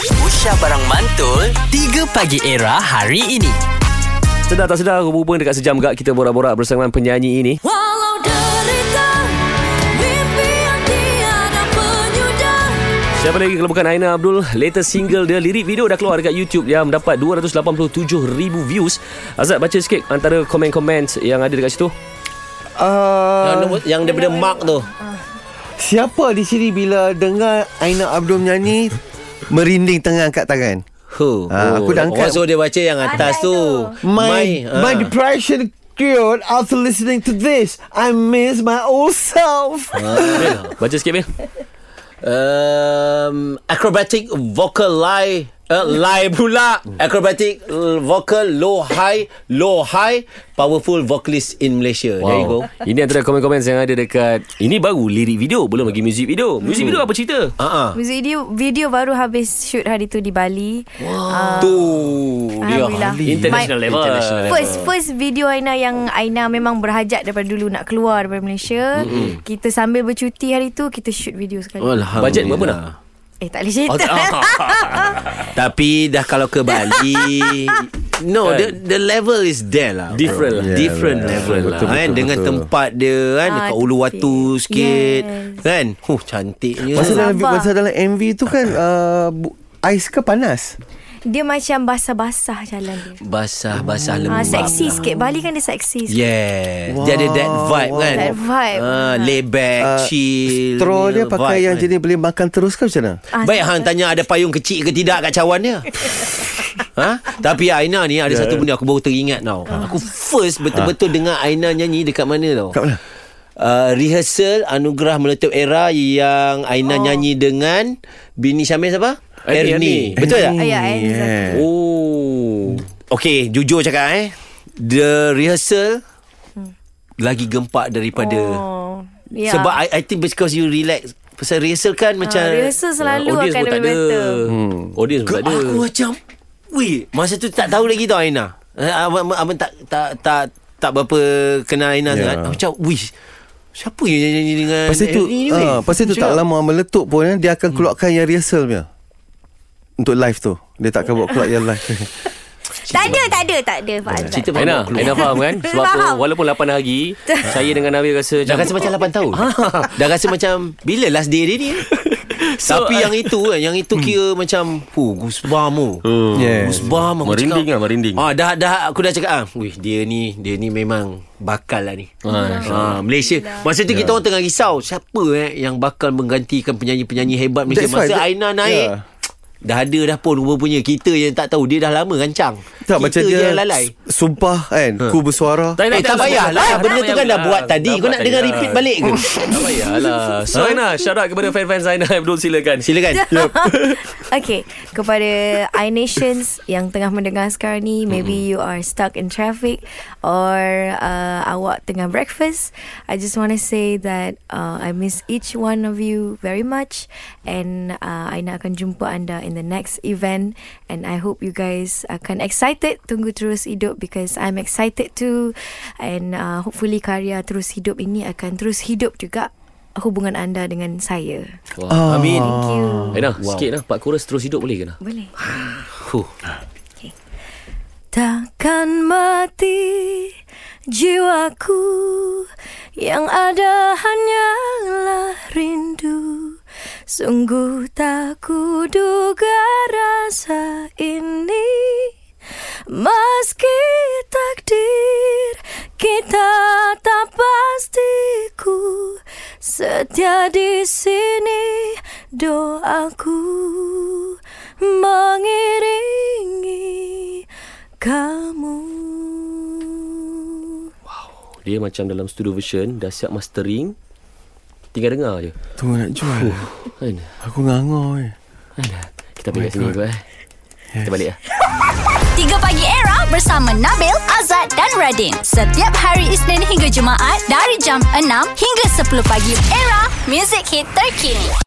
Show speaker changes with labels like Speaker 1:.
Speaker 1: Aisyah Barang Mantul 3 Pagi Era hari ini
Speaker 2: Sedar tak sedar Berhubung dekat sejam gak Kita borak-borak bersama penyanyi ini
Speaker 3: Walau derita Mimpi yang tiada penyudah
Speaker 2: Siapa lagi kalau bukan Aina Abdul Latest single dia Lirik video dah keluar dekat YouTube Yang mendapat 287,000 views Azad baca sikit Antara komen-komen yang ada dekat situ
Speaker 4: Uh, Ah.
Speaker 5: Yang, nombor, yang daripada Mark tu
Speaker 4: siapa di sini bila dengar Aina Abdul menyanyi merinding tengah angkat tangan?
Speaker 5: Huh.
Speaker 4: Ah, aku dah angkat.
Speaker 5: Oh, so dia baca yang atas
Speaker 3: Atas
Speaker 5: tu.
Speaker 3: tu.
Speaker 4: My
Speaker 5: ah.
Speaker 4: my depression cured after listening to this. I miss my old self.
Speaker 5: Ah.
Speaker 2: Baca sikit Bil
Speaker 5: um, acrobatic vocal lie Uh, lie pula Acrobatic uh, Vocal Low high Low high Powerful vocalist in Malaysia There you go
Speaker 2: Ini antara komen-komen yang ada dekat Ini baru lirik video Belum lagi music video Music video apa cerita?
Speaker 5: uh-huh.
Speaker 6: Music video, video baru habis shoot hari tu di Bali. Wow.
Speaker 5: Tu Oh, Dia
Speaker 6: Alhamdulillah.
Speaker 2: International level
Speaker 5: International level.
Speaker 6: First first video Aina yang Aina memang berhajat daripada dulu nak keluar daripada Malaysia. Mm-hmm. Kita sambil bercuti hari tu kita shoot video sekali.
Speaker 5: Alhamdulillah
Speaker 2: Bajet berapa nak?
Speaker 6: Eh tak boleh cerita.
Speaker 5: Tapi dah kalau ke Bali No the the level is there lah bro.
Speaker 2: Different lah.
Speaker 5: yeah, Kan? Different
Speaker 4: Yeah,
Speaker 5: level
Speaker 4: betul,
Speaker 5: lah
Speaker 4: betul,
Speaker 5: kan?
Speaker 4: betul,
Speaker 5: Dengan
Speaker 4: betul.
Speaker 5: tempat dia kan
Speaker 6: Ah,
Speaker 5: Dekat Ulu Watu
Speaker 6: cantik.
Speaker 5: sikit
Speaker 6: Yes.
Speaker 5: Kan Huh cantiknya
Speaker 4: masa dalam
Speaker 6: Sabar.
Speaker 4: masa dalam MV tu kan uh, bu- ais ke panas?
Speaker 6: Dia macam basah-basah jalan dia.
Speaker 5: Basah-basah lembab lah.
Speaker 6: Ah, seksi sikit. Bali kan dia
Speaker 5: Ya.
Speaker 6: seksi sikit.
Speaker 5: Yes wow. Dia ada that vibe kan
Speaker 6: That vibe.
Speaker 5: ah, Lay back
Speaker 4: Ah,
Speaker 5: Chill
Speaker 4: Straw
Speaker 5: punya
Speaker 4: dia pakai
Speaker 5: vibe
Speaker 4: yang
Speaker 5: kan.
Speaker 4: jenis boleh makan terus ke macam mana?
Speaker 6: Ah,
Speaker 5: Baik hang tanya ada payung kecil ke tidak kat cawan dia. ha? Tapi Aina ni ada yeah. satu benda aku baru teringat tau.
Speaker 6: Ah.
Speaker 5: Aku first betul-betul dengar Aina nyanyi dekat mana tau?
Speaker 4: Kat mana?
Speaker 5: Uh, rehearsal Anugerah Meletup Era yang Aina oh. nyanyi dengan Bini Syamil siapa?
Speaker 2: Ernie,
Speaker 5: Ernie.
Speaker 2: Ernie.
Speaker 5: Betul tak?
Speaker 6: Ah, ya, Aina.
Speaker 4: Oh, Yeah.
Speaker 5: Oh. Okay, jujur cakap eh. The rehearsal lagi gempak daripada
Speaker 6: Hmm. Oh.
Speaker 5: yeah. sebab I, I think because you relax. Pasal rehearsal kan macam
Speaker 6: Ah, rehearsal selalu
Speaker 2: Audience pun
Speaker 6: akan
Speaker 2: tak
Speaker 6: lebih
Speaker 2: ada
Speaker 6: better.
Speaker 2: hmm. Audience pun
Speaker 5: Ke
Speaker 2: tak ada
Speaker 5: aku macam Weh Masa tu tak tahu lagi tau Aina Eh, Abang, abang, abang tak, tak tak tak berapa kenal
Speaker 4: Ya.
Speaker 5: Aina yeah. sangat Macam weh Siapa yang nyanyi dengan
Speaker 4: Pasal tu
Speaker 5: Ernie ni, weh?
Speaker 4: ah, Pasal tu tak
Speaker 5: Cakap,
Speaker 4: lama meletup pun eh, Dia akan keluarkan yang rehearsal punya Untuk live tu Dia tak akan buat keluar yang live
Speaker 6: Tak ada, tak ada, tak ada Pak Azad.
Speaker 5: Cerita
Speaker 2: Aina,
Speaker 5: Aina,
Speaker 2: Aina faham kan? Sebab apa,
Speaker 6: Faham.
Speaker 2: walaupun 8 hari Saya dengan Nabil rasa
Speaker 5: Dah rasa macam 8 tahun Dah rasa macam Bila last day dia ni
Speaker 2: So,
Speaker 5: so, Tapi
Speaker 2: I-
Speaker 5: yang itu kan Yang itu kira macam Hu Gusbam tu
Speaker 4: Yes.
Speaker 5: Gusbam aku
Speaker 2: Merinding
Speaker 5: cakap,
Speaker 2: lah, merinding.
Speaker 5: ah, dah, dah Aku dah cakap ah, Wih dia ni Dia ni memang Bakal lah ni ah, Malaysia Masa tu kita orang tengah risau Siapa eh Yang bakal menggantikan Penyanyi-penyanyi hebat Malaysia
Speaker 4: That's why,
Speaker 5: Masa
Speaker 4: that- ya.
Speaker 5: Aina naik
Speaker 4: yeah.
Speaker 5: Dah ada dah pun rupa-punya Kita yang tak tahu Dia dah lama rancang
Speaker 4: Tak
Speaker 5: Kita
Speaker 4: macam
Speaker 5: je
Speaker 4: dia
Speaker 5: yang lalai Ha.
Speaker 4: s- Sumpah kan Ku bersuara
Speaker 2: Tak,
Speaker 5: Eh tak payahlah Benda tu kan dah buat tadi Kau nak dengar repeat balik ke
Speaker 2: Tak payahlah So Aina Shout out kepada fan-fans Aina Abdul silakan
Speaker 5: Silakan
Speaker 6: Okay Kepada iNations Yang tengah mendengar sekarang ni Maybe you are stuck in traffic Or uh, Awak tengah breakfast I just want to say that uh, I miss each one of you Very much And uh, I nak akan jumpa anda In the next event And I hope you guys Akan excited Tunggu terus hidup Because I'm excited too And uh, hopefully karya terus hidup ini Akan terus hidup juga Hubungan anda dengan saya
Speaker 2: Wah, Amin
Speaker 6: Thank you
Speaker 2: Aina sikit lah Pak Kurus terus hidup boleh ke nak?
Speaker 6: Boleh. Okay. Takkan mati jiwaku yang ada hanyalah rindu. Sungguh tak kuduga rasa ini. Meski takdir kita tak pastiku Setia di sini doaku Mengiringi kamu
Speaker 2: Dia macam dalam studio version Dah siap mastering Tinggal dengar je
Speaker 4: Tunggu nak jual
Speaker 2: Kan
Speaker 4: Aku ngangor eh.
Speaker 2: Kita balik sini kot eh Kita balik lah
Speaker 3: 3 Pagi Era bersama Nabil, Azad dan Radin Setiap hari Isnin hingga Jumaat Dari jam 6 hingga 10 pagi Era, music hit terkini